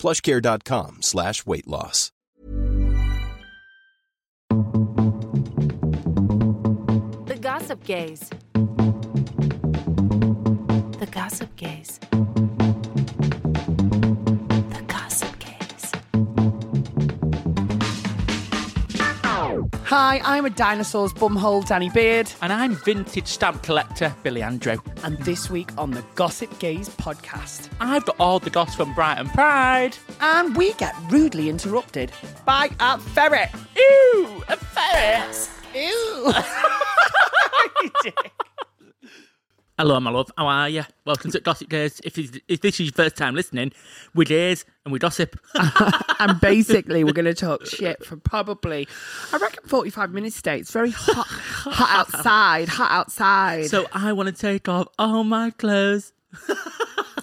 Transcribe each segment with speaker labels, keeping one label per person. Speaker 1: Plushcare.com slash weight loss.
Speaker 2: The Gossip Gaze. The Gossip Gaze. The Gossip Gaze.
Speaker 3: Hi, I'm a dinosaur's bumhole, Danny Beard,
Speaker 4: And I'm vintage stamp collector Billy Andrew.
Speaker 3: and this week on the Gossip Gaze podcast.
Speaker 4: I've got all the goss from Brighton Pride.
Speaker 3: And we get rudely interrupted by a ferret.
Speaker 4: Ooh, a ferret.
Speaker 3: Ew!
Speaker 4: Hello, my love. How are you? Welcome to Gossip Days. If, it's- if this is your first time listening, we gaze and we gossip.
Speaker 3: and basically, we're going to talk shit for probably, I reckon, 45 minutes today. It's very hot, hot outside, hot outside.
Speaker 4: so I want to take off all my clothes.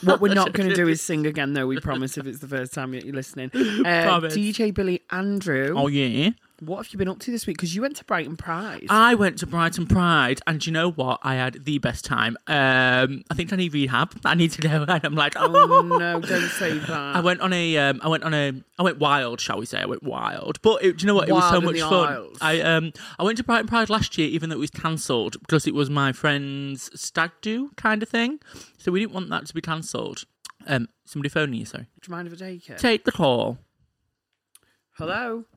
Speaker 3: What we're not going to do is sing again, though. We promise if it's the first time that you're listening. Uh,
Speaker 4: Promise.
Speaker 3: DJ Billy Andrew,
Speaker 4: Oh, yeah.
Speaker 3: what have you been up to this week? Because you went to Brighton Pride.
Speaker 4: I went to Brighton Pride, and do you know what? I had the best time. Um, I think I need rehab. I need to go. And I'm like,
Speaker 3: oh no, don't say that.
Speaker 4: I went on a, um, I went on a, I went wild, shall we say? I went wild, but it, do you know what? It was so
Speaker 3: Wild in
Speaker 4: much
Speaker 3: the
Speaker 4: fun.
Speaker 3: aisles.
Speaker 4: I, um, I went to Brighton Pride last year, even though it was cancelled because it was my friend's stag do kind of thing, so we didn't want that to be cancelled. Um, somebody phoning you, sorry.
Speaker 3: Do you mind if I take it?
Speaker 4: Take the call.
Speaker 3: Hello.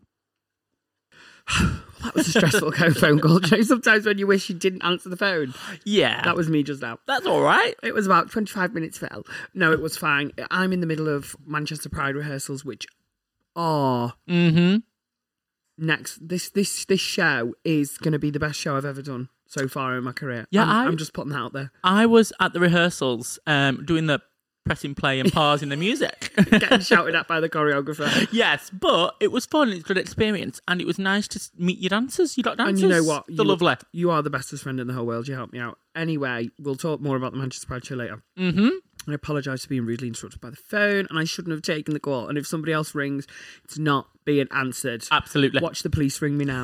Speaker 3: that was a stressful phone call, Joe. Sometimes when you wish you didn't answer the phone,
Speaker 4: Yeah,
Speaker 3: that was me just now.
Speaker 4: that's all right.
Speaker 3: It was about 25 minutes fell. No, it was fine. I'm in the middle of Manchester Pride rehearsals, which are
Speaker 4: Mm-hmm.
Speaker 3: next. This this this show is going to be the best show I've ever done so far in my career.
Speaker 4: Yeah,
Speaker 3: I'm,
Speaker 4: I-
Speaker 3: I'm just putting that out there.
Speaker 4: I was at the rehearsals, um, doing the pressing play and pausing the music.
Speaker 3: Getting shouted at by the choreographer.
Speaker 4: Yes, but it was fun. It's a good experience, and it was nice to s- meet your dancers. You got
Speaker 3: And
Speaker 4: dancers.
Speaker 3: you know what?
Speaker 4: They're
Speaker 3: You-
Speaker 4: lovely.
Speaker 3: You are the bestest friend in the whole world. You helped me out. Anyway, we'll talk more about the Manchester Pride show later.
Speaker 4: Mm-hmm.
Speaker 3: I apologise for being rudely interrupted by the phone, and I shouldn't have taken the call. And if somebody else rings, it's not being answered.
Speaker 4: Absolutely.
Speaker 3: Watch the police ring me now.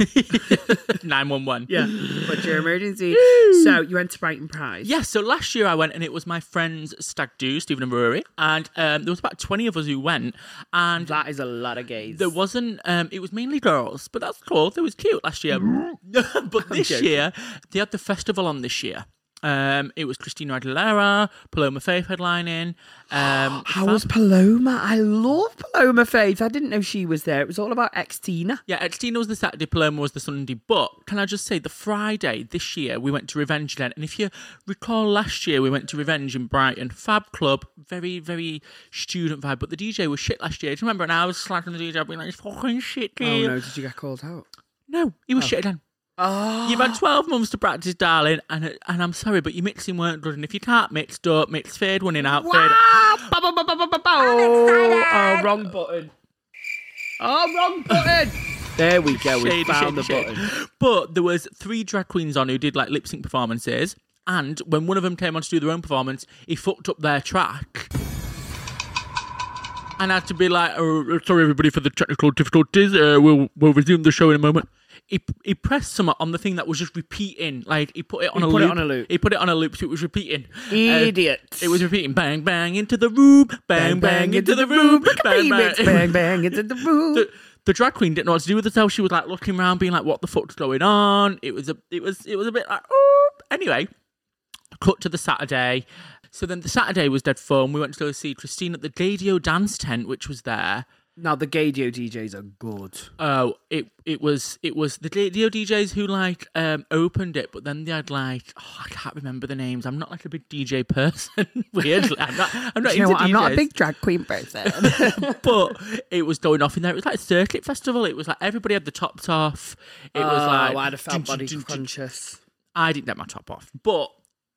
Speaker 4: 911.
Speaker 3: yeah, what's your emergency? so you went to Brighton Pride.
Speaker 4: Yeah, so last year I went and it was my friend's stag do, Stephen and Rory, and um, there was about 20 of us who went, and
Speaker 3: that is a lot of gays.
Speaker 4: there wasn't, um, it was mainly girls, but that's cool. It was cute last year. but this
Speaker 3: joking.
Speaker 4: year, they had the festival on this year. Um, it was Christina Aguilera, Paloma Faith headlining. Um,
Speaker 3: How was Paloma? I love Paloma Faith. I didn't know she was there. It was all about ex Tina.
Speaker 4: Yeah, Extina was the Saturday, Paloma was the Sunday. But can I just say, the Friday this year, we went to Revenge Land. And if you recall last year, we went to Revenge in Brighton, Fab Club, very, very student vibe. But the DJ was shit last year. Do you remember? And I was slacking the DJ, being like, it's fucking shit, dude.
Speaker 3: Oh no, did you get called out?
Speaker 4: no. he was shit again.
Speaker 3: Oh,
Speaker 4: You've had 12 months to practice, darling. And and I'm sorry, but your mixing weren't good. And if you can't mix, don't mix. Fade one in, out, fade.
Speaker 3: Oh, oh, wrong button. Oh, wrong button. there we go. We
Speaker 4: Shady,
Speaker 3: found
Speaker 4: shady,
Speaker 3: the
Speaker 4: shady.
Speaker 3: button.
Speaker 4: But there was three drag queens on who did like lip sync performances, and when one of them came on to do their own performance, he fucked up their track. And had to be like, oh, sorry everybody for the technical difficulties. Uh, we'll we'll resume the show in a moment. He, he pressed some on the thing that was just repeating. Like he put it on
Speaker 3: He
Speaker 4: a
Speaker 3: put it
Speaker 4: loop.
Speaker 3: on a loop.
Speaker 4: He put it on a loop, so it was repeating. Uh,
Speaker 3: Idiot.
Speaker 4: it was repeating bang bang into the room, bang bang, into the room, bang
Speaker 3: Bang bang, bang bang into the room.
Speaker 4: the, the drag queen didn't know what to do with herself. She was like looking around, being like, "What the fuck's going on?" It was a, it was, it was a bit like, "Oh." Anyway, cut to the Saturday. So then the Saturday was dead fun. We went to go see Christine at the Dadio Dance Tent, which was there.
Speaker 3: Now the gay Geo DJs are good.
Speaker 4: Oh, it it was it was the D- the DJs who like um opened it, but then they had like oh, I can't remember the names. I'm not like a big DJ person. Weirdly, I'm not. I'm not
Speaker 3: Do you know
Speaker 4: into
Speaker 3: what? I'm not a
Speaker 4: DJs.
Speaker 3: big drag queen person.
Speaker 4: but it was going off in there. It was like circuit festival. It was like everybody had the tops off. It was like
Speaker 3: Oh, I'd have felt
Speaker 4: dun, dun,
Speaker 3: body
Speaker 4: dun, dun.
Speaker 3: conscious.
Speaker 4: I didn't get my top off, but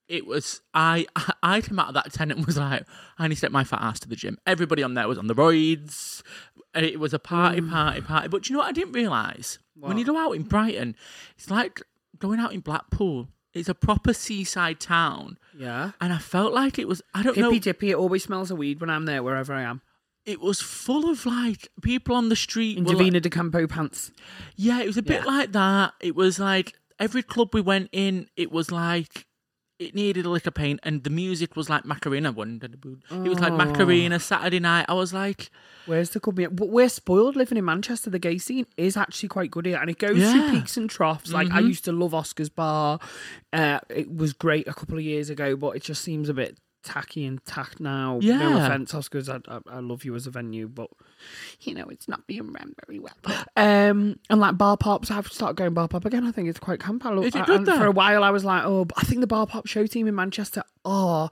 Speaker 4: it was I. I, I came out of that tent and was like, I need to get my fat ass to the gym. Everybody on there was on the roids. And It was a party,
Speaker 3: Mm.
Speaker 4: party, party. But do you know what I didn't realise? When you go out in Brighton, it's like going out in Blackpool. It's a proper seaside town,
Speaker 3: Yeah.
Speaker 4: and I felt like it was. I don't know.
Speaker 3: Hippy dippy, it always smells of weed when I'm there, wherever I am.
Speaker 4: It was full of like people on the street.
Speaker 3: In
Speaker 4: were, like-
Speaker 3: Davina de Campo pants.
Speaker 4: Yeah, it was a bit like that. It was like every club we went in, it was like it needed a lick of paint, and the music was like Macarena. One, it was like
Speaker 3: Oh.
Speaker 4: Macarena Saturday night. I was like,
Speaker 3: Where's the good music? But we're spoiled living in Manchester. The gay scene is actually quite good here, and it goes
Speaker 4: Yeah. Mm-hmm.
Speaker 3: through peaks and troughs. Like I used to love Oscar's Bar. Uh, it was great a couple of years ago, but it just seems a bit tacky and tacked now. No
Speaker 4: Yeah.
Speaker 3: offense, Oscar's. I, I, I love you as a venue, but you know it's not being ran very well. Um, and like bar pops, I've started going bar pop again. I think it's quite camp. I love
Speaker 4: Is it
Speaker 3: I-
Speaker 4: good
Speaker 3: and
Speaker 4: there?
Speaker 3: For a while, I was like, oh, but I think the bar pop show team in Manchester are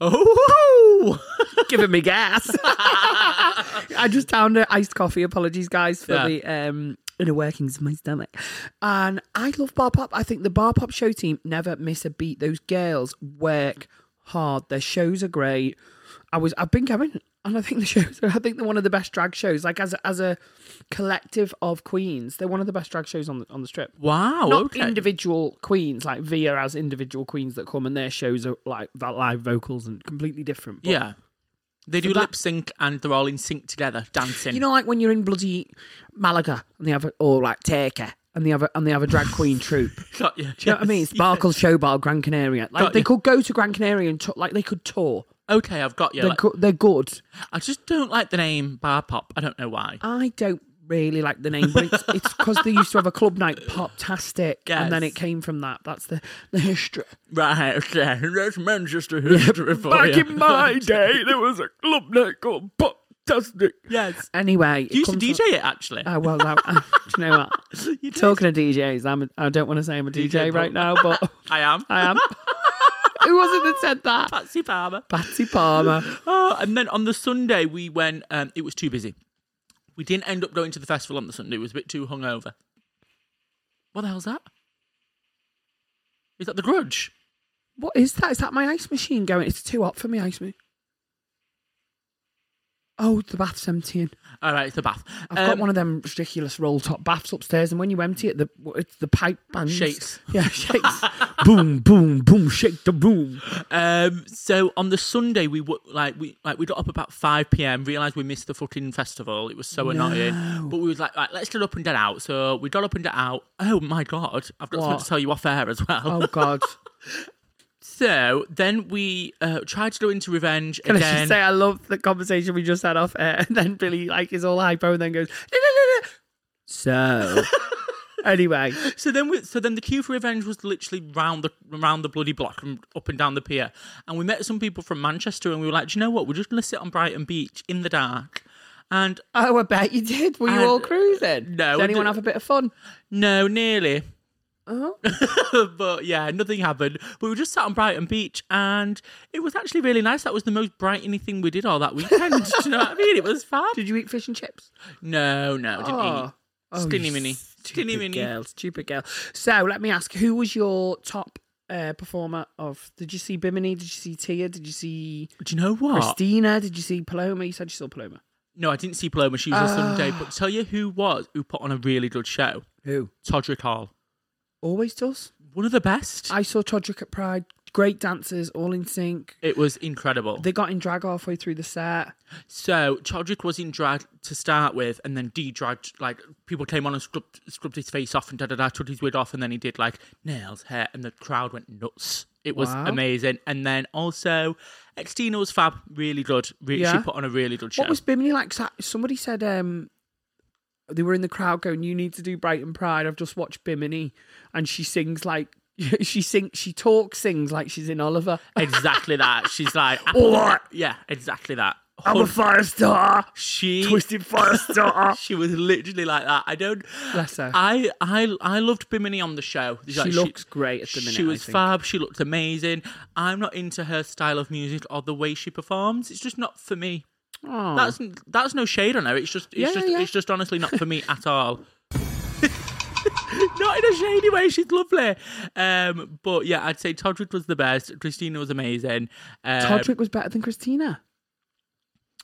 Speaker 4: oh,
Speaker 3: giving me gas. I just downed an iced coffee. Apologies, guys, for
Speaker 4: Yeah.
Speaker 3: the um inner workings of my stomach. And I love bar pop. I think the bar pop show team never miss a beat. Those girls work hard. Their shows are great. I was I've been going and I think the shows are, I think they're one of the best drag shows. Like as a, as a collective of queens, they're one of the best drag shows on the on the strip
Speaker 4: wow,
Speaker 3: not
Speaker 4: Oh, okay.
Speaker 3: individual queens like Via as individual queens that come and their shows are like that live vocals and completely different. But,
Speaker 4: yeah. They do
Speaker 3: that-
Speaker 4: lip sync and they're all in sync together, dancing.
Speaker 3: you know, like when you're in bloody Malaga and they have a, or like Turkey and they have a, and they have a drag queen troupe.
Speaker 4: Got you.
Speaker 3: Do you know what I mean?
Speaker 4: Yes,
Speaker 3: Sparkle Show Bar, Gran Canaria. Like
Speaker 4: Got
Speaker 3: they
Speaker 4: you.
Speaker 3: could go to Gran Canaria and tou- like they could tour.
Speaker 4: yeah. Okay, I've got you.
Speaker 3: they're,
Speaker 4: Like,
Speaker 3: go- they're good.
Speaker 4: I just don't like the name Bar Pop. I don't know why.
Speaker 3: I don't really like the name, but it's it's because they used to have a club night, Poptastic, and then
Speaker 4: Yes.
Speaker 3: it came from that. That's the the history.
Speaker 4: Right, okay. That's Manchester history for
Speaker 3: Back
Speaker 4: you.
Speaker 3: in my day, there was a club night called Poptastic.
Speaker 4: Yes.
Speaker 3: Anyway, it
Speaker 4: You used to
Speaker 3: comes
Speaker 4: DJ
Speaker 3: From,
Speaker 4: it, actually.
Speaker 3: oh well, that, do you know what?
Speaker 4: You did.
Speaker 3: Talking to DJs, I'm. A, I don't want to say I'm a DJ,
Speaker 4: DJ,
Speaker 3: right
Speaker 4: but-
Speaker 3: now, but
Speaker 4: I am.
Speaker 3: I am. Who was it that said that?
Speaker 4: Patsy Palmer.
Speaker 3: Patsy Palmer.
Speaker 4: Oh, and then on the Sunday we went. Um, it was too busy. We didn't end up going to the festival on the Sunday. It was a bit too hungover. What the hell's that? Is that the Grudge?
Speaker 3: What is that? Is that my ice machine going? It's too hot for me, ice machine. Oh, the bath's emptying.
Speaker 4: All right, it's the bath. Um,
Speaker 3: I've got one of them ridiculous roll top baths upstairs, and when you empty it, the it's the pipe bands.
Speaker 4: Shakes.
Speaker 3: Yeah, shakes. boom, boom, boom, shake the boom.
Speaker 4: Um, so on the Sunday we w- like we like we got up about five p.m. Realised we missed the fucking festival. It was so annoying. But we was like, right, let's get up and get out. So we got up and get out. Oh my god, I've got
Speaker 3: What?
Speaker 4: something to tell you off air as well.
Speaker 3: Oh God!
Speaker 4: So then we uh, tried to go into revenge
Speaker 3: Can I
Speaker 4: again.
Speaker 3: just say I love the conversation we just had off air, and then Billy like is all hypo and then goes. "No, no, no, no." So, anyway,
Speaker 4: so then we, so then the queue for revenge was literally round the round the bloody block and up and down the pier. And we met some people from Manchester, and we were like, Do you know what? We're just gonna sit on Brighton Beach in the dark. And
Speaker 3: oh, I bet you did. Were you
Speaker 4: And-
Speaker 3: all cruising?
Speaker 4: No,
Speaker 3: Did
Speaker 4: I
Speaker 3: anyone
Speaker 4: didn't.
Speaker 3: have a bit of fun?
Speaker 4: no, nearly.
Speaker 3: Oh,
Speaker 4: but yeah, nothing happened. But we were just sat on Brighton Beach, and it was actually really nice. That was the most Brightony thing we did all that weekend. Do you know what I mean? It was fab.
Speaker 3: did you eat fish and chips?
Speaker 4: No, no, didn't eat.
Speaker 3: Oh. Oh, you
Speaker 4: Skinny mini.
Speaker 3: stupid
Speaker 4: Skinny mini.
Speaker 3: girl, stupid girl. So let me ask, who was your top uh, performer of? Did you see Bimini? Did you see Tia? Did you see
Speaker 4: Do you know what?
Speaker 3: Christina? Did you see Paloma? You said you saw Paloma.
Speaker 4: No, I didn't see Paloma. She was on Sunday.
Speaker 3: Ah.
Speaker 4: But tell you who was who put on a really good show.
Speaker 3: Who
Speaker 4: Todrick Hall,
Speaker 3: always does?
Speaker 4: one of the best.
Speaker 3: I saw Todrick at Pride. Great dancers, all in sync.
Speaker 4: it was incredible.
Speaker 3: They got in drag halfway through the set.
Speaker 4: so Todrick was in drag to start with, and then de-dragged. Like people came on and scrubbed, scrubbed his face off and da da da, took his wig off, and then he did like nails, hair, and the crowd went nuts. It was
Speaker 3: Wow.
Speaker 4: amazing. And then also, Xtina was fab, really good. Re- She
Speaker 3: Yeah.
Speaker 4: put on a really good show.
Speaker 3: What was Bimini like? 'Cause I- Somebody said um, they were in the crowd going, "You need to do Brighton Pride." I've just watched Bimini, and she sings like she sings, she talks, sings like she's in Oliver.
Speaker 4: exactly that? She's like,
Speaker 3: All right.
Speaker 4: yeah, exactly that.
Speaker 3: I'm a fire star.
Speaker 4: she
Speaker 3: Twisted fire star.
Speaker 4: she was literally like that. I don't.
Speaker 3: Bless her.
Speaker 4: I I I loved Bimini on the show.
Speaker 3: She looks great at the minute,
Speaker 4: She
Speaker 3: I
Speaker 4: was
Speaker 3: think.
Speaker 4: fab. She looked amazing. I'm not into her style of music or the way she performs. It's just not for me.
Speaker 3: Aw.
Speaker 4: That's that's no shade on her. It's just it's
Speaker 3: Oh. Yeah,
Speaker 4: just
Speaker 3: yeah, yeah.
Speaker 4: it's just honestly not for me at all. not in a shady way. She's lovely. Um, but yeah, I'd say Todrick was the best. Christina was amazing. Um,
Speaker 3: Todrick was better than Christina.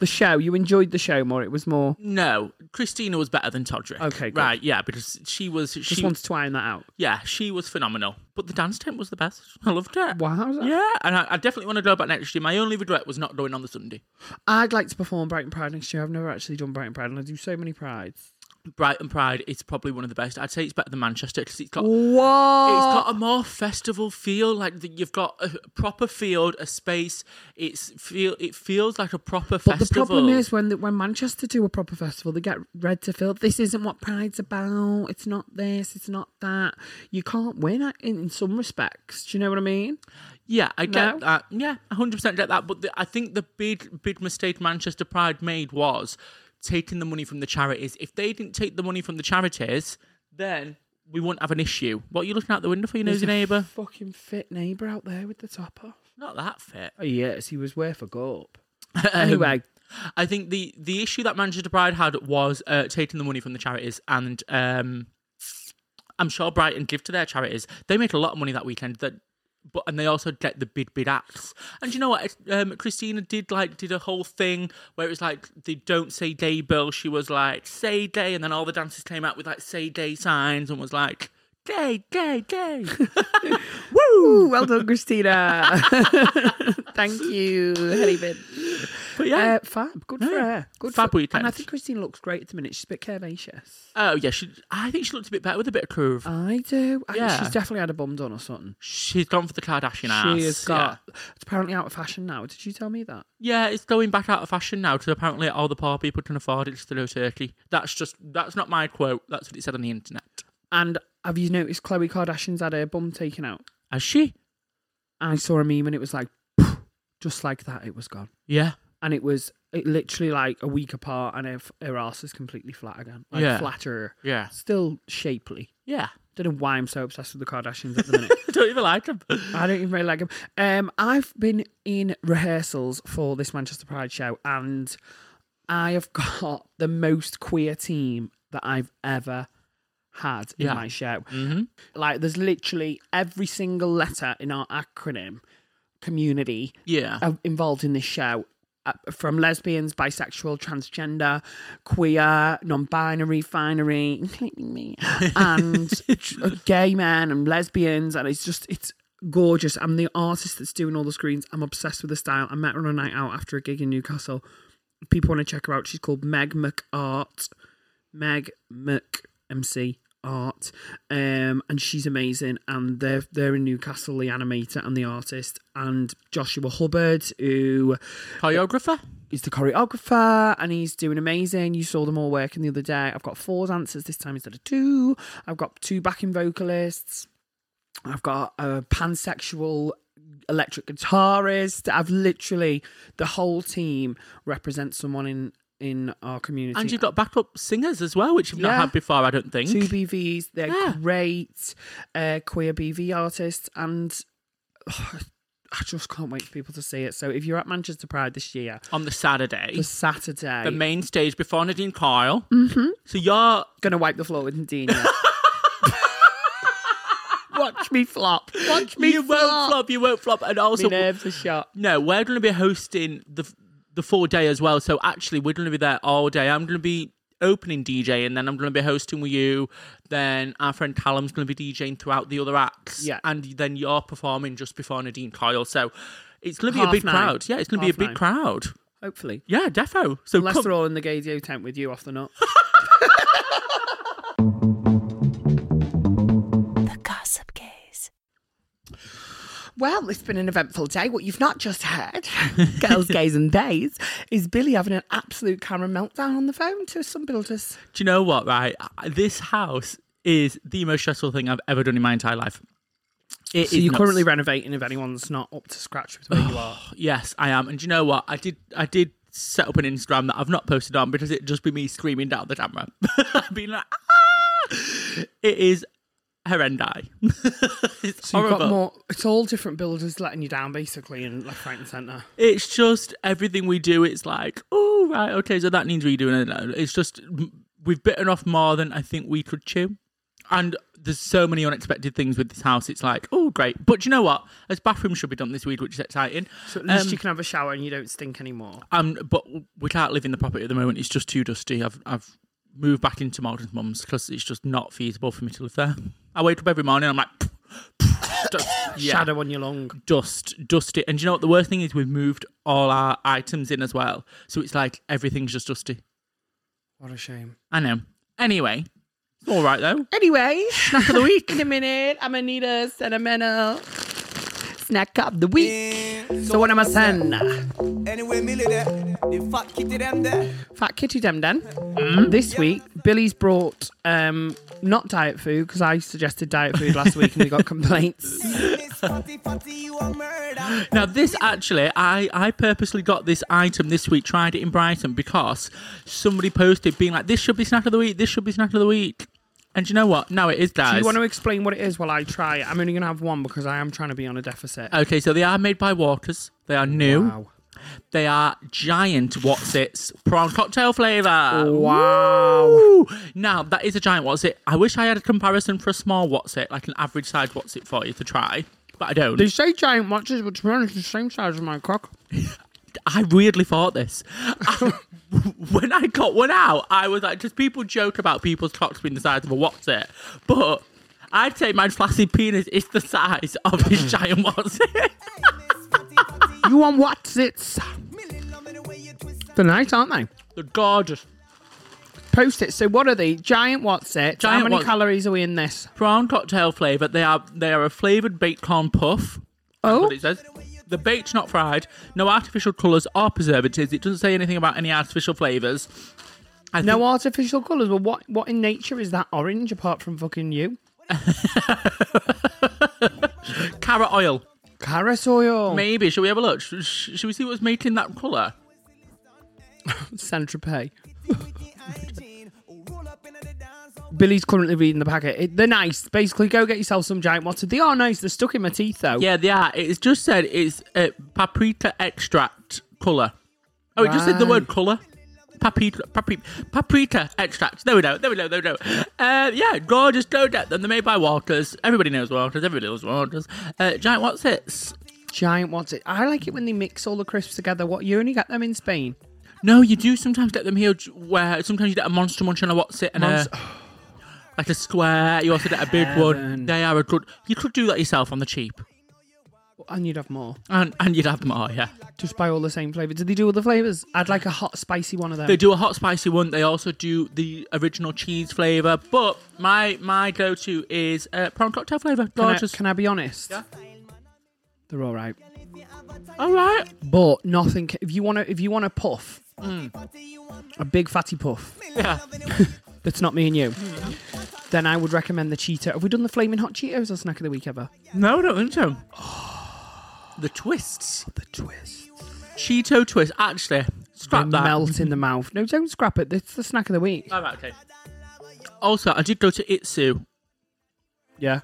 Speaker 3: The show. You enjoyed the show more. It was more.
Speaker 4: No, Christina was better than Todrick.
Speaker 3: Okay, good.
Speaker 4: right, yeah, because she was she
Speaker 3: Just want to iron that out.
Speaker 4: Yeah, she was phenomenal. But the dance tent was the best. I loved it.
Speaker 3: Wow.
Speaker 4: Yeah, and I, I definitely want to go back next year. My only regret was not going on the Sunday.
Speaker 3: I'd like to perform Brighton Pride next year. I've never actually done Brighton Pride, and I do so many prides.
Speaker 4: Brighton Pride is probably one of the best. I'd say it's better than Manchester because it's got it's
Speaker 3: What?
Speaker 4: got a more festival feel. Like the, you've got a proper field, a space. It's feel it feels like a proper
Speaker 3: But the
Speaker 4: festival.
Speaker 3: problem is when the, when Manchester do a proper festival, they get red to fill. This isn't what Pride's about. It's not this. It's not that. You can't win at- in, in some respects. Do you know what I mean?
Speaker 4: Yeah, I get
Speaker 3: No?
Speaker 4: that. Yeah, I 100% get that. But the, I think the big, big mistake Manchester Pride made was taking the money from the charities. If they didn't take the money from the charities, then we wouldn't have an issue. What are you looking out the window for, you
Speaker 3: There's
Speaker 4: nosy
Speaker 3: a
Speaker 4: neighbour?
Speaker 3: Fucking fit neighbour out there with the top off.
Speaker 4: Not that fit.
Speaker 3: Oh, yes, he was worth a gulp.
Speaker 4: Um,
Speaker 3: anyway,
Speaker 4: I think the, the issue that Manchester Pride had was uh, taking the money from the charities and. Um, I'm sure Brighton give to their charities. They make a lot of money that weekend. That, but and they also get the big big acts. And you know what? Um, Christina did like did a whole thing where it was like the don't say day bill. She was like say day, and then all the dancers came out with like say day signs and was like day day day.
Speaker 3: woo! Well done, Christina. Thank you, Henny Bin.
Speaker 4: but yeah.
Speaker 3: Uh, fab. Good for her. Good
Speaker 4: Fab
Speaker 3: for And I
Speaker 4: weekend.
Speaker 3: think Christina looks great at the minute. She's a bit curvaceous.
Speaker 4: oh yeah. She. I think she looked a bit better with a bit of curve.
Speaker 3: I do. I
Speaker 4: Yeah.
Speaker 3: think she's definitely had a bum done or something.
Speaker 4: She's gone for the Kardashian ass.
Speaker 3: She has
Speaker 4: yeah.
Speaker 3: got. It's apparently out of fashion now. Did you tell me that?
Speaker 4: Yeah, it's going back out of fashion now because apparently all the poor people can afford it to go turkey. That's just that's not my quote. That's what it said on the internet.
Speaker 3: And have you noticed Chloe Kardashian's had her bum taken out?
Speaker 4: Has she?
Speaker 3: I saw a meme and it was like, just like that, it was gone.
Speaker 4: Yeah.
Speaker 3: And it was it literally like a week apart, and her, her ass is completely flat again. Like
Speaker 4: Yeah.
Speaker 3: flatter.
Speaker 4: Yeah.
Speaker 3: Still shapely.
Speaker 4: Yeah.
Speaker 3: Don't know why I'm so obsessed with the Kardashians at the minute.
Speaker 4: I don't even like them.
Speaker 3: I don't even really like them. Um, I've been in rehearsals for this Manchester Pride show, and I have got the most queer team that I've ever had
Speaker 4: Yeah.
Speaker 3: in my show. Like, there's literally every single letter in our acronym community
Speaker 4: Yeah.
Speaker 3: uh, involved in this show. uh, From lesbians, bisexual, transgender, queer, non-binary, finery, including me, and tr- gay men and lesbians, and it's just it's gorgeous. I'm the artist that's doing all the screens. I'm obsessed with the style. I met her on a night out after a gig in Newcastle. If People want to check her out. She's called Meg McArt. Meg Mc MC Art, um, and she's amazing. And they're they're in Newcastle, the animator and the artist, and Joshua Hubbard, who
Speaker 4: Choreographer?
Speaker 3: is the choreographer, and he's doing amazing. You saw them all working the other day. I've got four dancers this time instead of two. I've got two backing vocalists. I've got a pansexual electric guitarist. I've literally the whole team represents someone in in our community.
Speaker 4: And you've got backup singers as well, which you've not
Speaker 3: Yeah.
Speaker 4: had before, I don't think.
Speaker 3: Two BVs, they're
Speaker 4: Yeah.
Speaker 3: great uh, queer BV artists, and oh, I just can't wait for people to see it. So if you're at Manchester Pride this year,
Speaker 4: On the Saturday,
Speaker 3: the Saturday,
Speaker 4: the main stage before Nadine Coyle. Mm-hmm. So you're
Speaker 3: gonna wipe the floor with Nadina. Watch me flop. Watch me
Speaker 4: you won't
Speaker 3: flop.
Speaker 4: flop. You won't flop. And also,
Speaker 3: My nerves are shot.
Speaker 4: No, we're going to be hosting the the full day as well. So actually, we're going to be there all day. I'm going to be opening DJ, and then I'm going to be hosting with you. Then our friend Callum's going to be DJing throughout the other acts.
Speaker 3: Yeah.
Speaker 4: and then you're performing just before Nadine Coyle. So it's going to be
Speaker 3: Half
Speaker 4: a big
Speaker 3: nine.
Speaker 4: crowd. Yeah, it's going to be a
Speaker 3: Half
Speaker 4: big
Speaker 3: nine.
Speaker 4: crowd.
Speaker 3: Hopefully,
Speaker 4: Yeah, defo. So
Speaker 3: unless
Speaker 4: come-
Speaker 3: they're all in the Gadio tent with you off the nut.
Speaker 2: The Gossip Gaze.
Speaker 3: Well, it's been an eventful day. What you've not just heard, girls, gays, and days, is Billy having an absolute camera meltdown on the phone to some builders.
Speaker 4: Do you know what, right? I- This house is the most stressful thing I've ever done in my entire life. It
Speaker 3: So
Speaker 4: is
Speaker 3: you're
Speaker 4: nuts.
Speaker 3: Oh, currently renovating if anyone's not up to scratch with where you are.
Speaker 4: Yes, I am. And do you know what? I did I did set up an Instagram that I've not posted on because it'd just be me screaming down the camera. Being like, ah! It is horrendi. it's
Speaker 3: So you've
Speaker 4: horrible.
Speaker 3: got more. It's all different builders letting you down, basically, and left, right, and centre.
Speaker 4: It's just everything we do. It's like, oh right, okay, so that needs redoing. it." It's just we've bitten off more than I think we could chew, and there's so many unexpected things with this house. It's like, oh great, but do you know what? As bathrooms should be done this week, which is exciting.
Speaker 3: So at least you can have a shower and you don't stink anymore.
Speaker 4: Um, but we can't live in the property at the moment. It's just too dusty. I've I've moved back into Malden's mum's because it's just not feasible for me to live there. I wake up every morning. I'm like, yeah.
Speaker 3: Shadow on your lung.
Speaker 4: dust, dust it. And do you know what? The worst thing is we've moved all our items in as well. So it's like everything's just dusty.
Speaker 3: What a shame.
Speaker 4: I know. Anyway, it's all right though.
Speaker 5: Anyway,
Speaker 4: Snack of the week.
Speaker 5: in a minute, I'm gonna need a sentimental snack of the week. So what am I saying?
Speaker 6: Anyway, me live there. The fat kitty them there.
Speaker 3: Fat Kitty Dem Den. This week,
Speaker 5: Billy's
Speaker 3: brought um, not diet food because I suggested diet food last week and we got complaints.
Speaker 6: Miss Fatty Fatty, you a murder.
Speaker 4: Now this actually, I I purposely got this item this week. Tried it in Brighton because somebody posted being like, "This should be snack of the week. This should be snack of the week." And do you know what? Now it is, guys.
Speaker 3: Do you want to explain what it is while I try it? I'm only going to have one because I am trying to be on a deficit.
Speaker 4: Okay, so they are made by Walkers. They are new.
Speaker 3: Wow.
Speaker 4: They are giant Watsits prawn cocktail flavour.
Speaker 3: Wow.
Speaker 4: Woo! Now, that is a giant Watsit. I wish I had a comparison for a small Watsit, like an average size Watsit for you to try, but I don't.
Speaker 3: They say giant watches, but to be honest, it's the same size as my cock.
Speaker 4: I weirdly thought this. I- when I got one out, I was like, just people joke about people's cocks being the size of a Watsit, but I'd say my flaccid penis is the size of his giant Watsit.
Speaker 6: Miss Fatty Fatty,
Speaker 3: You want what's it's?
Speaker 6: me little love me the way you twist
Speaker 3: They're nice, aren't they?
Speaker 4: They're gorgeous.
Speaker 3: Post it. So what are they? Giant what's it? How
Speaker 4: Giant
Speaker 3: many
Speaker 4: Wat-
Speaker 3: calories are we in this?
Speaker 4: Prawn cocktail flavour. They are they are a flavoured baked corn puff. That's
Speaker 3: Oh.
Speaker 4: what it says. The baked's not fried. No artificial colours or preservatives. It doesn't say anything about any artificial flavours. I
Speaker 3: No
Speaker 4: think-
Speaker 3: artificial colours. Well, what what in nature is that orange apart from fucking you?
Speaker 4: carrot oil.
Speaker 3: Carrot oil.
Speaker 4: Maybe. Should we have a look? Sh- sh- Should we see what's making that colour?
Speaker 3: Saint Tropez.
Speaker 6: with the hygiene. Oh, Roll up into the dance. hall.
Speaker 3: Billy's currently reading the packet. It, they're nice. Basically, go get yourself some giant water. They are nice. They're stuck in my teeth though.
Speaker 4: Yeah, they are. It's just said it's uh, paprika extract colour. Oh, it just said the word colour. Paprika, paprika, paprika extract. There we go. There we go. There we go. Uh, yeah, gorgeous. Go get them. They're made by Walkers. Everybody knows Walkers. Everybody knows Walkers. Uh, giant what's it?
Speaker 3: Giant what's it? I like it when they mix all the crisps together. What you only get them in Spain?
Speaker 4: No, you do sometimes get them here. Where sometimes you get a monster munch and a what's it and
Speaker 3: Monst-
Speaker 4: a like a square. You also get a big one.
Speaker 3: Heaven.
Speaker 4: They are a good. You could do that yourself on the cheap,
Speaker 3: And you'd have more.
Speaker 4: and and you'd have more. Yeah.
Speaker 3: Just buy all the same flavour. Did they do all the flavours? I'd like a hot, spicy one of them.
Speaker 4: They do a hot spicy one. They also do the original cheese flavor. But my my go to is uh, prawn cocktail flavor.
Speaker 3: Can I,
Speaker 4: Gorgeous.
Speaker 3: can I be honest? They're all right,
Speaker 4: All right.
Speaker 3: but nothing. ca- If you want to, if you want a puff, a big fatty puff,
Speaker 4: Yeah.
Speaker 3: that's not me and you, then I would recommend the Cheeto. Have we done the flaming hot Cheetos or snack of the week ever?
Speaker 4: No, I don't think so. The twists.
Speaker 3: Oh, The twist.
Speaker 4: Cheeto twist. Actually,
Speaker 3: They
Speaker 4: scrap that. Uh,
Speaker 3: melt in the mouth. No, don't scrap it. It's the snack of the week.
Speaker 4: All right, okay. Also, I did go to Itsu.
Speaker 3: Yeah.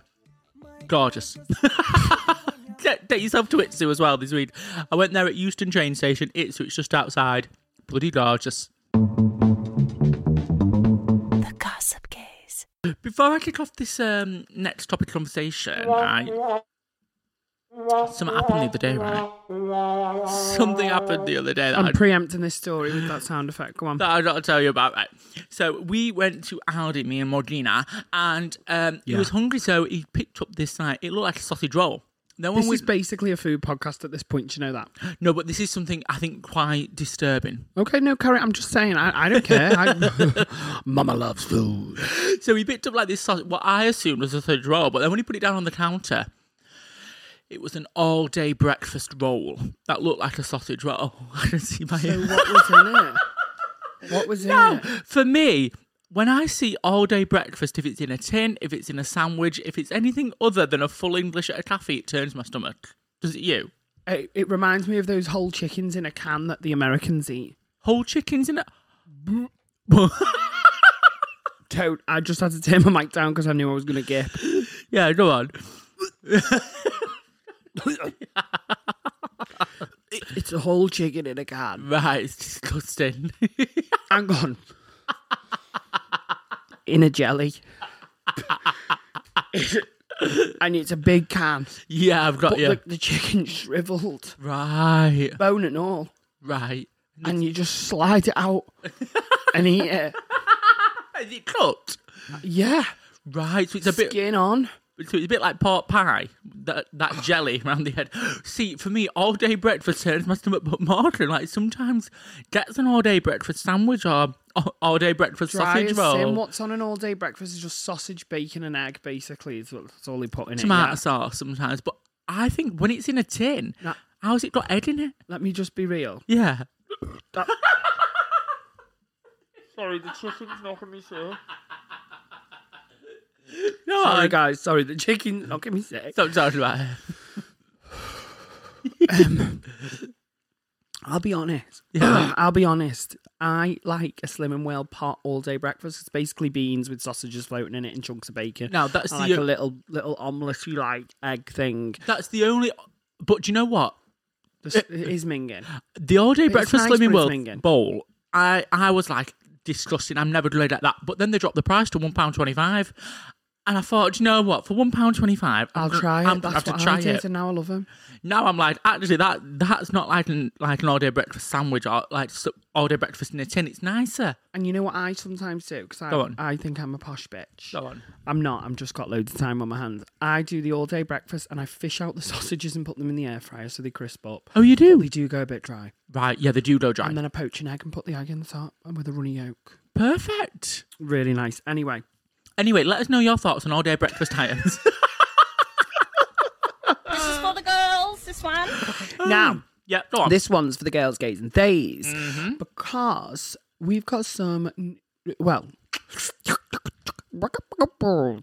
Speaker 4: Gorgeous. get, get yourself to Itsu as well this week. I went there at Euston train station. Itsu, it's just outside. Bloody gorgeous.
Speaker 7: The Gossip Gaze.
Speaker 4: Before I kick off this um, next topic conversation, right? Something happened the other day, right? Something happened the other day that, I,
Speaker 3: I'm preempting this story with that sound effect. Go on.
Speaker 4: that I got to tell you about, right? So we went to Aldi, me and Morgina, and um, he was hungry, so he picked up this like it looked like a sausage roll. No one
Speaker 3: This
Speaker 4: was
Speaker 3: is basically a food podcast at this point. You know that.
Speaker 4: no, but this is something I think quite disturbing.
Speaker 3: Okay, no, Carrie, I'm just saying. I, I don't care. I, Mama loves food.
Speaker 4: So he picked up like this sausage, what I assumed was a sausage roll, but then when he put it down on the counter, it was an all-day breakfast roll that looked like a sausage roll. I didn't see my.
Speaker 3: So what was in it? What was in
Speaker 4: No,
Speaker 3: it?
Speaker 4: for me, when I see all-day breakfast, if it's in a tin, if it's in a sandwich, if it's anything other than a full English at a cafe, it turns my stomach. Does it you?
Speaker 3: It, it reminds me of those whole chickens in a can that the Americans eat.
Speaker 4: whole chickens in it.
Speaker 3: Don't. I just had to turn my mic down because I knew I was going to get.
Speaker 4: Yeah, go on.
Speaker 5: It's a whole chicken in a can.
Speaker 4: Right, it's disgusting.
Speaker 3: Hang on. In a jelly.
Speaker 5: And it's a big can.
Speaker 4: yeah, I've got
Speaker 5: But
Speaker 4: you.
Speaker 5: the, the chicken shriveled,
Speaker 4: Right,
Speaker 5: bone and all.
Speaker 4: right.
Speaker 5: And you just slide it out and eat
Speaker 3: uh,
Speaker 5: it.
Speaker 4: Is it cooked?
Speaker 5: Yeah.
Speaker 4: Right, so it's a bit,
Speaker 5: Skin on.
Speaker 4: so it's a bit like pork pie. That that jelly around the head. See, for me, all day breakfast turns my stomach but modern. Like sometimes gets an all day breakfast sandwich or all day breakfast
Speaker 3: Dry
Speaker 4: sausage
Speaker 3: as
Speaker 4: roll.
Speaker 3: sin. What's on an all day breakfast is just sausage, bacon, and egg, basically. Is what, that's all he put in
Speaker 4: tomato
Speaker 3: it. yeah.
Speaker 4: sauce sometimes, but I think when it's in a tin, how's it got egg in it?
Speaker 3: Let me just be real.
Speaker 4: Yeah.
Speaker 3: Sorry, the chicken's knocking me sick.
Speaker 4: No,
Speaker 3: Sorry,
Speaker 4: I
Speaker 3: guys. Sorry, the chicken's knocking me sick.
Speaker 4: stop talking about it.
Speaker 3: I'll be honest.
Speaker 4: Yeah.
Speaker 3: I'll be honest. I like a Slim and Well pot all day breakfast. It's basically beans with sausages floating in it and chunks of bacon.
Speaker 4: Now, that's
Speaker 3: I
Speaker 4: the- uh,
Speaker 3: like a little little omelette-y like egg thing.
Speaker 4: That's the only. But do you know what?
Speaker 3: This- It is minging.
Speaker 4: The all day
Speaker 3: But it's
Speaker 4: breakfast
Speaker 3: nice,
Speaker 4: Slimming
Speaker 3: but it's
Speaker 4: World
Speaker 3: minging.
Speaker 4: bowl. I I was like disgusting. I'm never going to like that. But then they dropped the price to one pound twenty five, and I thought, do you know what? For one pound twenty five,
Speaker 3: I'll try it.
Speaker 4: I'm
Speaker 3: that's
Speaker 4: gonna have to
Speaker 3: what
Speaker 4: try
Speaker 3: I did,
Speaker 4: it.
Speaker 3: and now I love them.
Speaker 4: Now I'm like, actually, that that's not like an like an all day breakfast sandwich or like s- all day breakfast in a tin. It's nicer.
Speaker 3: And you know what I sometimes do? Because
Speaker 4: Go
Speaker 3: I,
Speaker 4: on.
Speaker 3: I think I'm a posh bitch.
Speaker 4: Go on.
Speaker 3: I'm not. I'm just got loads of time on my hands. I do the all day breakfast and I fish out the sausages and put them in the air fryer so they crisp up.
Speaker 4: Oh, you do.
Speaker 3: They do go a bit dry.
Speaker 4: Right, yeah, the do go dry.
Speaker 3: And then I poach an egg and put the egg in the top and with a runny yolk.
Speaker 4: Perfect.
Speaker 3: Really nice. Anyway,
Speaker 4: Anyway, let us know your thoughts on all day breakfast items.
Speaker 8: This is for the girls, this one.
Speaker 3: now
Speaker 4: yeah, go on.
Speaker 3: this one's for the girls' gays and theys because we've got some. n- Well,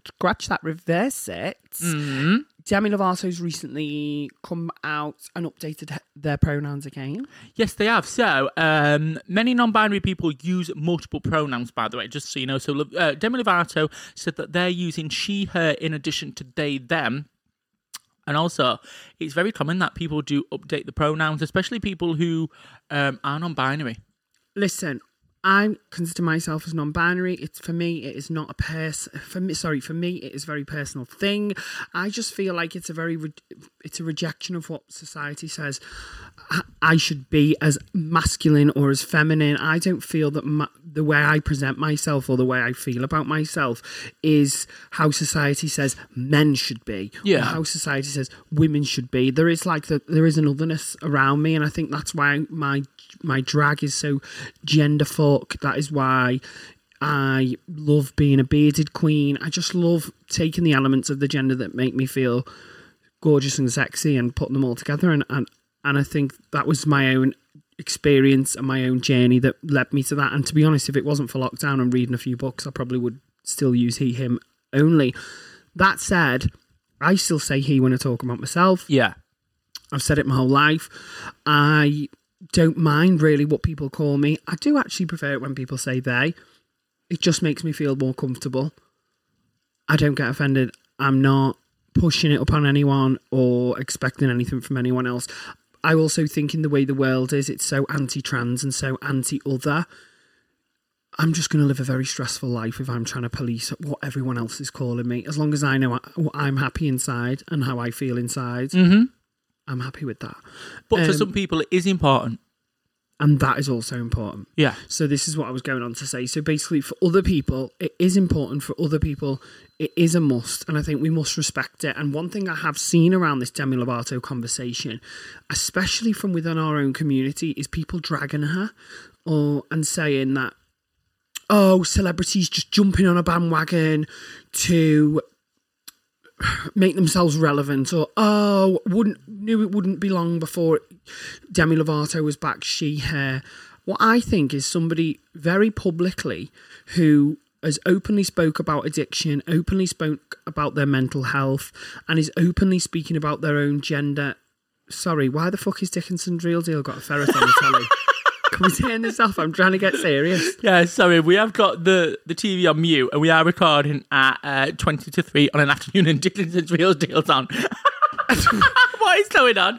Speaker 3: scratch that, reverse it. Demi Lovato's recently come out and updated he- their pronouns again.
Speaker 4: yes, they have. So, um, many non binary people use multiple pronouns, by the way, just so you know. So, uh, Demi Lovato said that they're using she, her in addition to they, them. And also, it's very common that people do update the pronouns, especially people who um, are non binary.
Speaker 3: Listen, I consider myself as non-binary. It's for me, it is not a person. For me, sorry, for me, it is a very personal thing. I just feel like it's a very, re- it's a rejection of what society says I- I should be as masculine or as feminine. I don't feel that ma- the way I present myself or the way I feel about myself is how society says men should be. or
Speaker 4: Yeah.
Speaker 3: how society says women should be. There is like the, there is an otherness around me, and I think that's why my my drag is so gender fuck. That is why I love being a bearded queen. I just love taking the elements of the gender that make me feel gorgeous and sexy and putting them all together and and, and I think that was my own experience and my own journey that led me to that and to be honest if it wasn't for lockdown and reading a few books I probably would still use he him only that said I still say he when I talk about myself
Speaker 4: Yeah.
Speaker 3: I've said it my whole life I don't mind really what people call me I do actually prefer it when people say they it just makes me feel more comfortable I don't get offended. I'm not pushing it upon anyone or expecting anything from anyone else. I also think in the way the world is, it's so anti-trans and so anti-other. I'm just going to live a very stressful life if I'm trying to police what everyone else is calling me. As long as I know I- I'm happy inside and how I feel inside, I'm happy with that.
Speaker 4: Mm-hmm. But for
Speaker 3: Um,
Speaker 4: some people, it is important.
Speaker 3: And that is also important.
Speaker 4: Yeah.
Speaker 3: So this is what I was going on to say. So basically, for other people, it is important. For other people, it is a must, and I think we must respect it. And one thing I have seen around this Demi Lovato conversation, especially from within our own community, is people dragging her, or and saying that, oh, celebrities just jumping on a bandwagon to make themselves relevant or oh wouldn't knew it wouldn't be long before Demi Lovato was back she her what I think is somebody very publicly who has openly spoke about addiction openly spoke about their mental health and is openly speaking about their own gender sorry why the fuck is Dickinson Real Deal got a ferret on the telly Can we turn this off? I'm trying to get serious.
Speaker 4: Yeah, sorry, we have got the, the TV on mute and we are recording at uh, 20 to 3 on an afternoon and Dickinson's Real Deal's on. what is going on?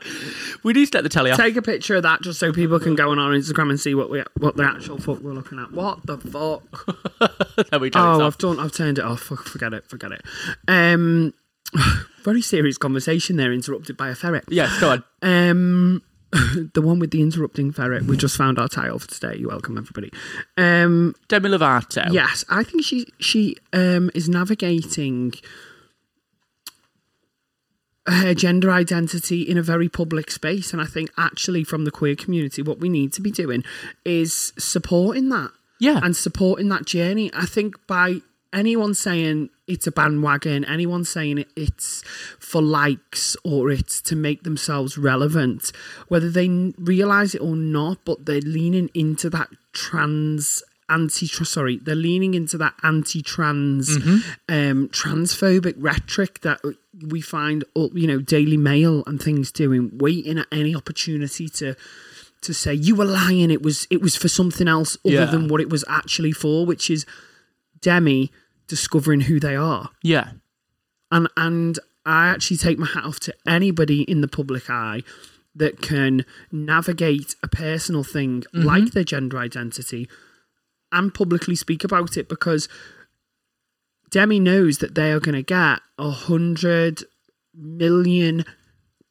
Speaker 4: We need to let the telly off.
Speaker 3: Take a picture of that just so people can go on our Instagram and see what we what the actual fuck we're looking at. What the fuck?
Speaker 4: There we go. it's
Speaker 3: Oh,
Speaker 4: off.
Speaker 3: I've done. I've turned it off. Fuck, Forget it. Forget it. Um, very serious conversation there, interrupted by a ferret.
Speaker 4: Yes, go on.
Speaker 3: Um, the one with the interrupting ferret. We just found our title for today. You're welcome, everybody. Um,
Speaker 4: Demi Lovato.
Speaker 3: yes, I think she she um is navigating her gender identity in a very public space, and I think actually from the queer community, what we need to be doing is supporting that
Speaker 4: Yeah.
Speaker 3: and supporting that journey. I think by anyone saying it's a bandwagon, anyone saying it, it's for likes or it's to make themselves relevant, whether they realize it or not, but they're leaning into that trans anti sorry they're leaning into that anti-trans um transphobic rhetoric that we find all you know daily mail and things doing waiting at any opportunity to to say you were lying it was it was for something else other
Speaker 4: Yeah.
Speaker 3: than what it was actually for which is demi discovering who they are
Speaker 4: yeah.
Speaker 3: and and i actually take my hat off to anybody in the public eye that can navigate a personal thing like their gender identity and publicly speak about it because demi knows that they are going to get a hundred million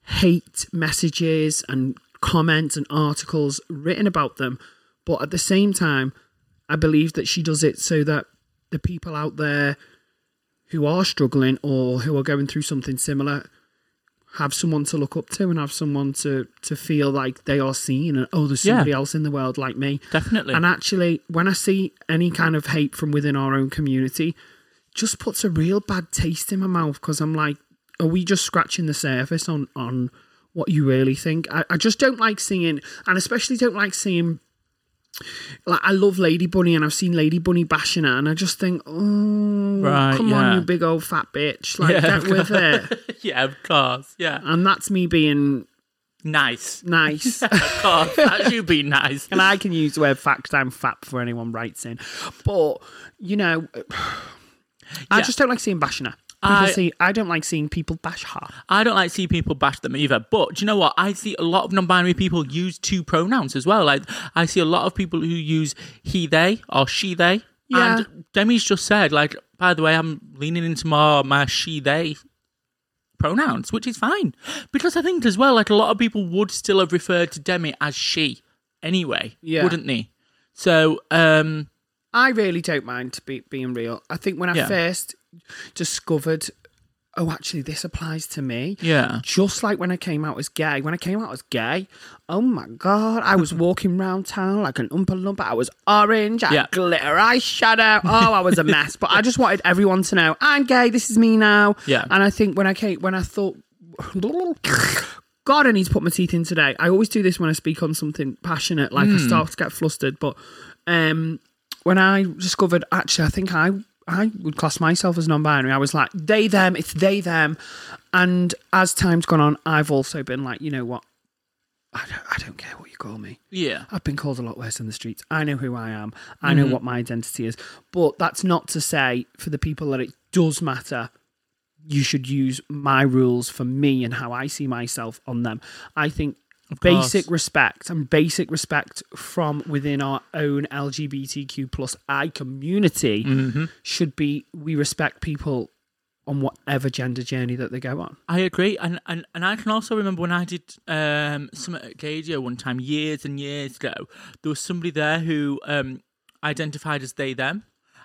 Speaker 3: hate messages and comments and articles written about them. But at the same time, I believe that she does it so that the people out there who are struggling or who are going through something similar have someone to look up to and have someone to to feel like they are seen and oh there's
Speaker 4: Yeah.
Speaker 3: somebody else in the world like me
Speaker 4: Definitely.
Speaker 3: and actually when i see any kind of hate from within our own community just puts a real bad taste in my mouth because I'm like, are we just scratching the surface on on what you really think? I, I just don't like seeing, and especially don't like seeing. Like I love Lady Bunny, and I've seen Lady Bunny bashing her, and I just think, oh,
Speaker 4: Right,
Speaker 3: come on,
Speaker 4: yeah.
Speaker 3: you big old fat bitch, like
Speaker 4: Yeah,
Speaker 3: get
Speaker 4: of
Speaker 3: with it.
Speaker 4: yeah, of course. Yeah.
Speaker 3: And that's me being
Speaker 4: Nice.
Speaker 3: nice.
Speaker 4: Of course. That's you being nice.
Speaker 3: and I can use the word fact. I'm fat for anyone writes in, but you know, I
Speaker 4: Yeah.
Speaker 3: just don't like seeing bashing her. People
Speaker 4: I-
Speaker 3: see, I don't like seeing people bash her.
Speaker 4: I don't like to see people bash them either. But do you know what? I see a lot of non-binary people use two pronouns as well. Like I see a lot of people who use he they or she they.
Speaker 3: Yeah.
Speaker 4: And Demi's just said, like, by the way, I'm leaning into more my she they pronouns, which is fine. Because I think as well, like a lot of people would still have referred to Demi as she anyway,
Speaker 3: Yeah.
Speaker 4: wouldn't they? So, um,
Speaker 3: I really don't mind to be being real. I think when I
Speaker 4: Yeah.
Speaker 3: first discovered, oh, actually, this applies to me.
Speaker 4: yeah.
Speaker 3: Just like when I came out as gay. When I came out as gay, oh my god, I was walking round town like an umpa lumpa. I was orange, I
Speaker 4: Yeah.
Speaker 3: had glitter eyeshadow. Oh, I was a mess. but I just wanted everyone to know I'm gay. This is me now.
Speaker 4: Yeah.
Speaker 3: And I think when I came, when I thought, God, I need to put my teeth in today. I always do this when I speak on something passionate. Like I start to get flustered, but um, when I discovered, actually, I think I I would class myself as non-binary. I was like they them, it's they them, and as time's gone on, I've also been like, you know what? I don't, I don't care what you call me.
Speaker 4: Yeah. Mm-hmm.
Speaker 3: I've been called a lot worse in the streets. I know who I am. I know what my identity is. But that's not to say for the people that it does matter. You should use my rules for me and how I see myself on them. I think
Speaker 4: course.
Speaker 3: basic respect and basic respect from within our own LGBTQ plus I community
Speaker 4: Mm-hmm.
Speaker 3: should be we respect people on whatever gender journey that they go on.
Speaker 4: I agree, and, and and I can also remember when I did um, Summit at Gadio one time years and years ago. There was somebody there who um, identified as they them,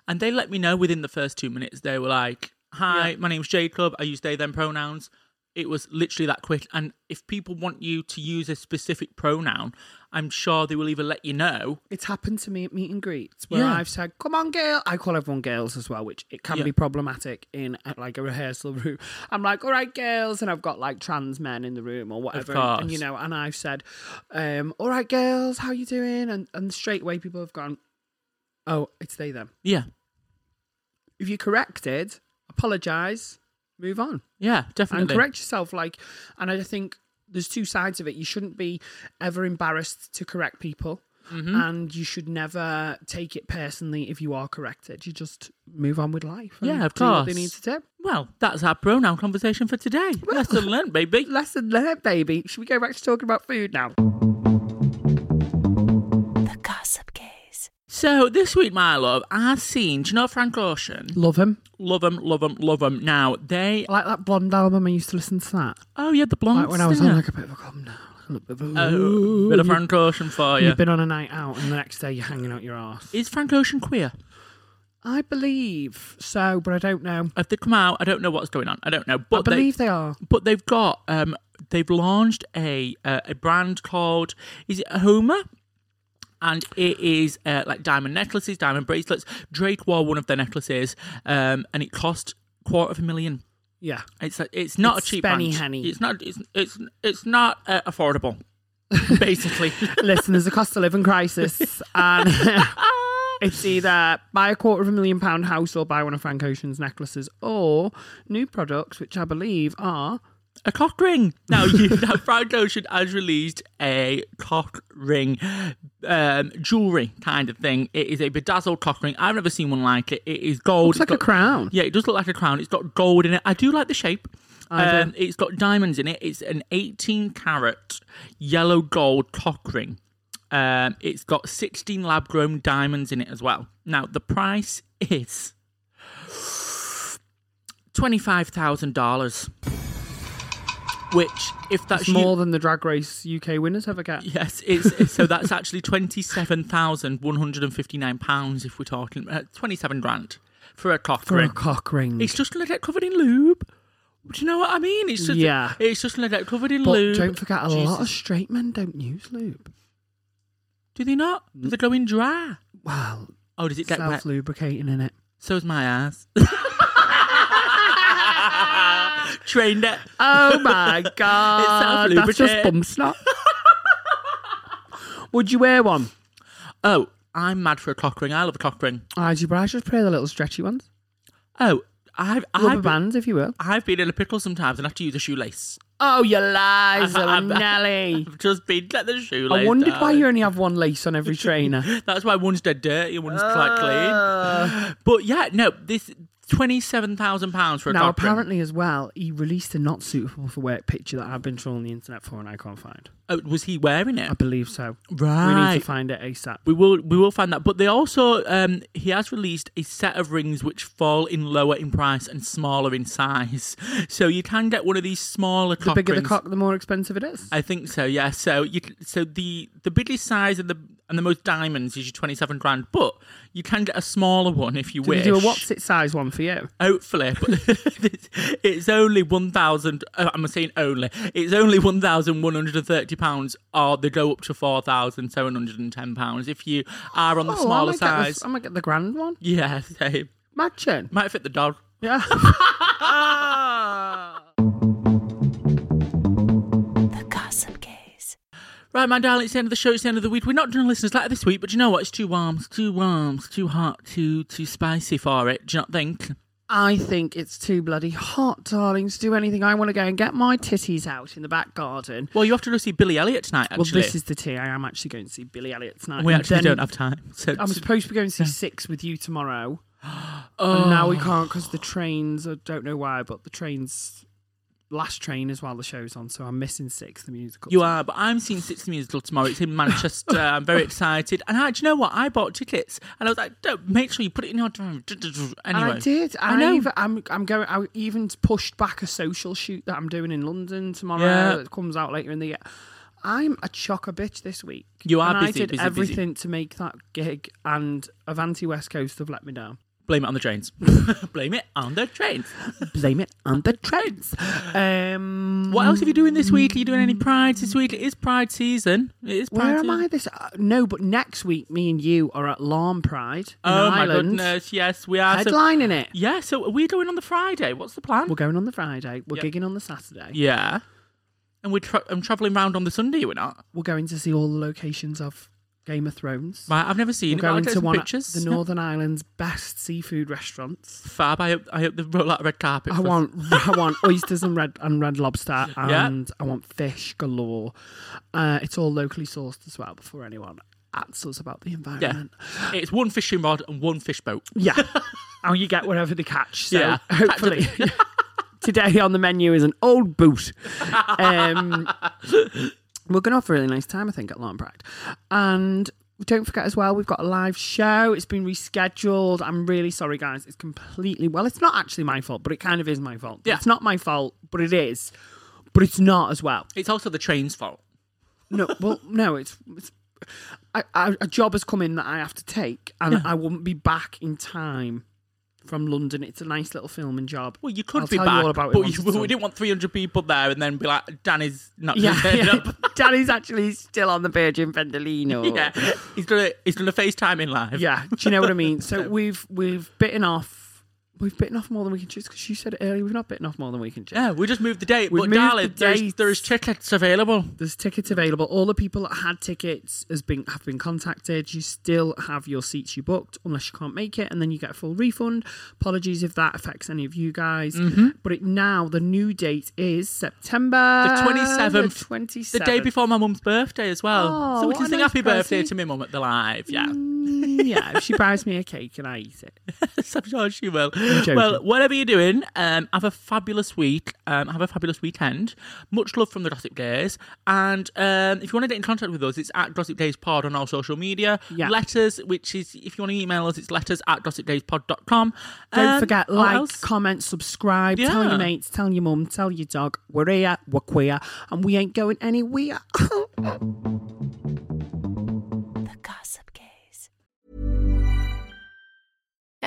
Speaker 4: and they let me know within the first two minutes. They were like, "Hi, my name's Jacob. I use they them pronouns." It was literally that quick. And if people want you to use a specific pronoun, I'm sure they will either let you know.
Speaker 3: It's happened to me at meet and greets where
Speaker 4: Yeah.
Speaker 3: I've said, "Come on, girl." I call everyone girls as well, which it can
Speaker 4: Yeah.
Speaker 3: be problematic in at like a rehearsal room. I'm like, "All right, girls," and I've got like trans men in the room or whatever, and, and, you
Speaker 4: course.
Speaker 3: know. And I've said, um, "All right, girls, how you doing?" And and straight away people have gone, "Oh, it's they them."
Speaker 4: Yeah,
Speaker 3: If you corrected, apologize, move on
Speaker 4: yeah, definitely.
Speaker 3: and correct yourself. Like, and I think there's two sides of it. You shouldn't be ever embarrassed to correct people.
Speaker 4: Mm-hmm.
Speaker 3: and you should never take it personally if you are corrected. You just move on with life. and
Speaker 4: Yeah, of
Speaker 3: do what they
Speaker 4: course.
Speaker 3: need to do.
Speaker 4: Well, that's our pronoun conversation for today. Lesson learned, baby.
Speaker 3: Lesson learned, baby. Should we go back to talking about food now?
Speaker 7: The Gossip Gaze.
Speaker 4: So this week, my love, I've seen. Do you know Frank Ocean?
Speaker 3: Love him.
Speaker 4: Love him, love him, love him. Now they.
Speaker 3: I like that blonde album. I used to listen to that.
Speaker 4: Oh yeah, the blonde.
Speaker 3: Like when I was on
Speaker 4: singer.
Speaker 3: like a bit of a calm down, like a little bit of a,
Speaker 4: Oh, bit of
Speaker 3: You've-
Speaker 4: Frank Ocean for you.
Speaker 3: You've been on a night out, and the next day you're hanging out your arse.
Speaker 4: Is Frank Ocean queer?
Speaker 3: I believe so, but I don't know.
Speaker 4: Have they come out? I don't know what's going on. I don't know. But
Speaker 3: I believe
Speaker 4: they,
Speaker 3: they, are.
Speaker 4: But they've got. Um, they've launched a uh, a brand called. Is it Homer? And it is uh, like diamond necklaces, diamond bracelets. Drake wore one of their necklaces, um, and it cost quarter of a million.
Speaker 3: Yeah.
Speaker 4: It's a, it's not
Speaker 3: It's
Speaker 4: a cheap
Speaker 3: spenny
Speaker 4: brand.
Speaker 3: henny.
Speaker 4: It's not it's it's it's not uh, affordable. Basically,
Speaker 3: Listen, there's a cost of living crisis, and
Speaker 4: Ah!
Speaker 3: it's either buy a quarter of a million pound house or buy one of Frank Ocean's necklaces or new products, which I believe are.
Speaker 4: a cock ring. Now, you, now Frank Ocean has released a cock ring, um, jewelry kind of thing. It is a bedazzled cock ring. I've never seen one like it. It is gold.
Speaker 3: Looks like
Speaker 4: It's
Speaker 3: a
Speaker 4: got-
Speaker 3: crown.
Speaker 4: Yeah, it does look like a crown. It's got gold in it. I do like the shape. Um, it's got diamonds in it. It's an 18 carat yellow gold cock ring. Um, it's got 16 lab grown diamonds in it as well. Now, the price is $25,000, which, if that's
Speaker 3: It's
Speaker 4: you-
Speaker 3: more than the Drag Race UK winners ever get.
Speaker 4: Yes, it's, it's- so that's actually twenty seven thousand one hundred and fifty nine pounds if we're talking uh, twenty seven grand for a cock
Speaker 3: For a
Speaker 4: ring.
Speaker 3: cock ring.
Speaker 4: It's just gonna get covered in lube. Do you know what I mean? It's just
Speaker 3: Yeah.
Speaker 4: It's just gonna get covered in
Speaker 3: but
Speaker 4: lube.
Speaker 3: don't forget, a lot of
Speaker 4: Jesus.
Speaker 3: straight men don't use lube.
Speaker 4: Do they not? Do
Speaker 3: Mm.
Speaker 4: they go in dry?
Speaker 3: Well,
Speaker 4: Oh, does it get
Speaker 3: self
Speaker 4: wet?
Speaker 3: lubricating in it.
Speaker 4: So's my ass. Trained it.
Speaker 3: Oh my god! That's just
Speaker 4: self-lubricant.
Speaker 3: bum snot. Would you wear one?
Speaker 4: Oh, I'm mad for a cock ring. I love a cock ring.
Speaker 3: I do, but I just prefer the little stretchy ones,
Speaker 4: Oh, I've
Speaker 3: rubber
Speaker 4: I've,
Speaker 3: bands, if you will.
Speaker 4: I've been in a pickle sometimes and have to use a shoelace.
Speaker 3: Oh, you lies,
Speaker 4: I've-
Speaker 3: Nelly.
Speaker 4: I've just been let the shoelace.
Speaker 3: I wondered why
Speaker 4: down.
Speaker 3: you only have one lace on every trainer.
Speaker 4: That's why one's dead dirty, one's quite
Speaker 3: Ah.
Speaker 4: clean. But yeah, no, this twenty-seven thousand pounds for a
Speaker 3: now,
Speaker 4: cock ring.
Speaker 3: apparently, as well, he released a not suitable for work picture that I've been trolling the internet for and I can't find.
Speaker 4: Oh, was he wearing it?
Speaker 3: I believe so. We need
Speaker 4: Right.
Speaker 3: to find it ASAP.
Speaker 4: We will we will find that. But they also um, he has released a set of rings which fall in lower in price and smaller in size. So you can get one of these smaller
Speaker 3: The
Speaker 4: cock
Speaker 3: bigger the
Speaker 4: rings.
Speaker 3: cock, the more expensive it is.
Speaker 4: I think so. Yeah. So you c- so the the biggest size and the and the most diamonds is your twenty seven grand, but you can get a smaller one if you
Speaker 3: Did
Speaker 4: wish.
Speaker 3: he do a what's it size one for you?
Speaker 4: Hopefully, but it's only one thousand. Uh, I'm saying only. It's only one thousand one hundred and thirty pounds, or they go up to four thousand seven hundred and ten pounds if you are on the
Speaker 3: Oh,
Speaker 4: smaller
Speaker 3: I might get the-
Speaker 4: size.
Speaker 3: I might get the grand one.
Speaker 4: Yeah, same.
Speaker 3: Imagine.
Speaker 4: Might fit the dog.
Speaker 3: Yeah. Ah!
Speaker 7: The Gossip Gaze.
Speaker 4: Right, my darling, it's the end of the show. It's the end of the week. We're not doing a listeners letter this week, but you know what? It's too warm. It's too warm. It's too hot. Too too spicy for it. Do you not think?
Speaker 3: I think it's too bloody hot, darling, to do anything. I want to go and get my titties out in the back garden.
Speaker 4: Well, you have to go see Billy Elliot tonight. Actually,
Speaker 3: Well, this is the tea. I am actually going to see Billy Elliot tonight.
Speaker 4: we
Speaker 3: And
Speaker 4: actually
Speaker 3: then
Speaker 4: don't have time. So
Speaker 3: I'm supposed to be going to see Six with you tomorrow. And
Speaker 4: Oh,
Speaker 3: now we can't because the trains, I don't know why, but the train's last train is while the show's on. So I'm missing Six, the musical.
Speaker 4: You are, but I'm seeing Six Musical tomorrow. It's in Manchester. I'm very excited. And I, do you know what? I bought tickets, and I was like, "Don't make sure you put it in your anyway."
Speaker 3: And I did. I,
Speaker 4: know.
Speaker 3: Even, I'm, I'm going. I even pushed back a social shoot that I'm doing in London tomorrow.
Speaker 4: Yeah.
Speaker 3: That comes out later in the year. I'm a chocker bitch this week.
Speaker 4: You are
Speaker 3: and I
Speaker 4: busy,
Speaker 3: did
Speaker 4: busy, busy.
Speaker 3: everything to make that gig, and Avanti West Coast have let me down.
Speaker 4: Blame it on the trains. Blame it on the trains.
Speaker 3: Blame it on the trends. Um,
Speaker 4: What else are you doing this week? Are you doing any prides this week? It is Pride season. It is. Pride
Speaker 3: Where am
Speaker 4: season.
Speaker 3: I? This uh, no, but next week, me and you are at Larm Pride in
Speaker 4: Oh my
Speaker 3: Ireland,
Speaker 4: goodness! Yes, we are. So,
Speaker 3: headlining it.
Speaker 4: yeah. So are we going on the Friday? What's the plan?
Speaker 3: We're going on the Friday. We're
Speaker 4: Yeah.
Speaker 3: gigging on the Saturday.
Speaker 4: yeah. And we're tra- I'm traveling round on the Sunday. We're not.
Speaker 3: We're going to see all the locations of Game of Thrones.
Speaker 4: Right. I've never seen.
Speaker 3: We're
Speaker 4: it, but I'll
Speaker 3: going
Speaker 4: get
Speaker 3: to
Speaker 4: some
Speaker 3: one
Speaker 4: pictures.
Speaker 3: of the Northern Ireland's best seafood restaurants.
Speaker 4: Fab. I hope. I hope they roll out a red carpet.
Speaker 3: I
Speaker 4: for us.
Speaker 3: want, I want oysters and red and red lobster, and
Speaker 4: Yeah.
Speaker 3: I want fish galore. Uh, it's all locally sourced as well for anyone. at us about the environment.
Speaker 4: It's one fishing rod and one fish boat.
Speaker 9: Yeah. and you get whatever they catch. So
Speaker 4: Yeah.
Speaker 9: hopefully.
Speaker 3: Today on the menu is an old boot. Um, we're going to have a really nice time, I think, at Lawn Pride. And don't forget as well, we've got a live show. It's been rescheduled. I'm really sorry, guys. It's completely, well, it's not actually my fault, but it kind of is my fault.
Speaker 4: Yeah.
Speaker 3: It's not my fault, but it is. But it's not as well.
Speaker 4: It's also the train's fault.
Speaker 3: No, well, no, it's, it's I, I, a job has come in that I have to take, and I wouldn't be back in time from London. It's a nice little filming job.
Speaker 4: Well, you could
Speaker 3: I'll
Speaker 4: be
Speaker 3: tell
Speaker 4: back,
Speaker 3: you all about it
Speaker 4: but
Speaker 3: once
Speaker 4: you,
Speaker 3: it's
Speaker 4: we
Speaker 3: done.
Speaker 4: didn't want 300 people there and then be like, Dan is not going
Speaker 3: Yeah,
Speaker 4: to turn
Speaker 3: yeah.
Speaker 4: up.
Speaker 3: Danny's actually still on the Virgin Pendolino.
Speaker 4: yeah, he's gonna he's gonna FaceTime in live.
Speaker 3: yeah. Do you know what I mean? So we've we've bitten off, we've bitten off more than we can chew. Because you said it earlier, we've not bitten off more than we can chew.
Speaker 4: yeah. We just moved the date,
Speaker 3: We
Speaker 4: but
Speaker 3: moved
Speaker 4: darling,
Speaker 3: the
Speaker 4: there's,
Speaker 3: dates.
Speaker 4: there's tickets available.
Speaker 3: There's tickets available. All the people that had tickets has been have been contacted. You still have your seats you booked, unless you can't make it, and then you get a full refund. Apologies if that affects any of you guys.
Speaker 4: Mm-hmm.
Speaker 3: But it, now the new date is September
Speaker 4: The 27th,
Speaker 3: Ah, The twenty
Speaker 4: The day before my mum's birthday as well,
Speaker 3: Oh,
Speaker 4: so we
Speaker 3: what
Speaker 4: can
Speaker 3: a
Speaker 4: sing
Speaker 3: nice
Speaker 4: happy birthday
Speaker 3: present. Mm.
Speaker 4: to my mum at the live. Yeah,
Speaker 3: yeah, if she buys me a cake and I eat it.
Speaker 4: Yes, I'm sure she will.
Speaker 3: joking.
Speaker 4: Well, whatever you're doing, um, have a fabulous week. Um, have a fabulous weekend. Much love from the Gossip Days. And um, if you want to get in contact with us, it's at Gossip Days Pod on all social media.
Speaker 3: Yeah.
Speaker 4: Letters, which is, if you want to email us, it's letters at gossipdayspod.com.
Speaker 3: Don't
Speaker 4: Um,
Speaker 3: forget,
Speaker 4: what
Speaker 3: like,
Speaker 4: else?
Speaker 3: comment, subscribe, tell
Speaker 4: Yeah.
Speaker 3: your mates, tell your mum, tell your dog. We're here, we're queer, and we ain't going anywhere.
Speaker 10: The Gossip Gaze.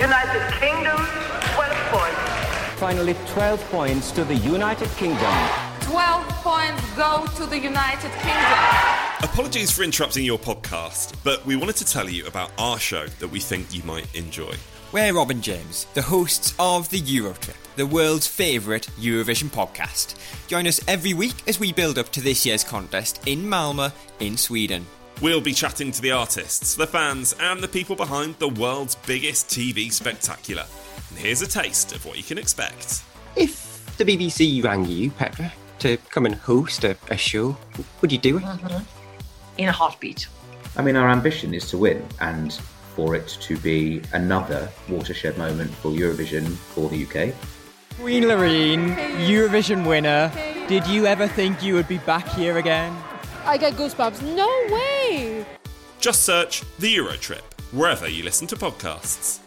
Speaker 11: United Kingdom, 12 points.
Speaker 12: Finally, 12 points to the United Kingdom.
Speaker 11: 12 points go to the United Kingdom.
Speaker 13: Apologies for interrupting your podcast, but we wanted to tell you about our show that we think you might enjoy.
Speaker 12: We're Robin James, the hosts of the Eurotrip, the world's favourite Eurovision podcast. Join us every week as we build up to this year's contest in Malmö, in Sweden.
Speaker 13: We'll be chatting to the artists, the fans, and the people behind the world's biggest TV spectacular. And here's a taste of what you can expect.
Speaker 12: If the BBC rang you, Petra, to come and host a, a show, would you do it?
Speaker 11: In a heartbeat.
Speaker 12: I mean, our ambition is to win and for it to be another watershed moment for Eurovision for the UK. Queen Lorraine, Eurovision winner, did you ever think you would be back here again?
Speaker 11: I get goosebumps. No way!
Speaker 13: Just search The Euro Trip wherever you listen to podcasts.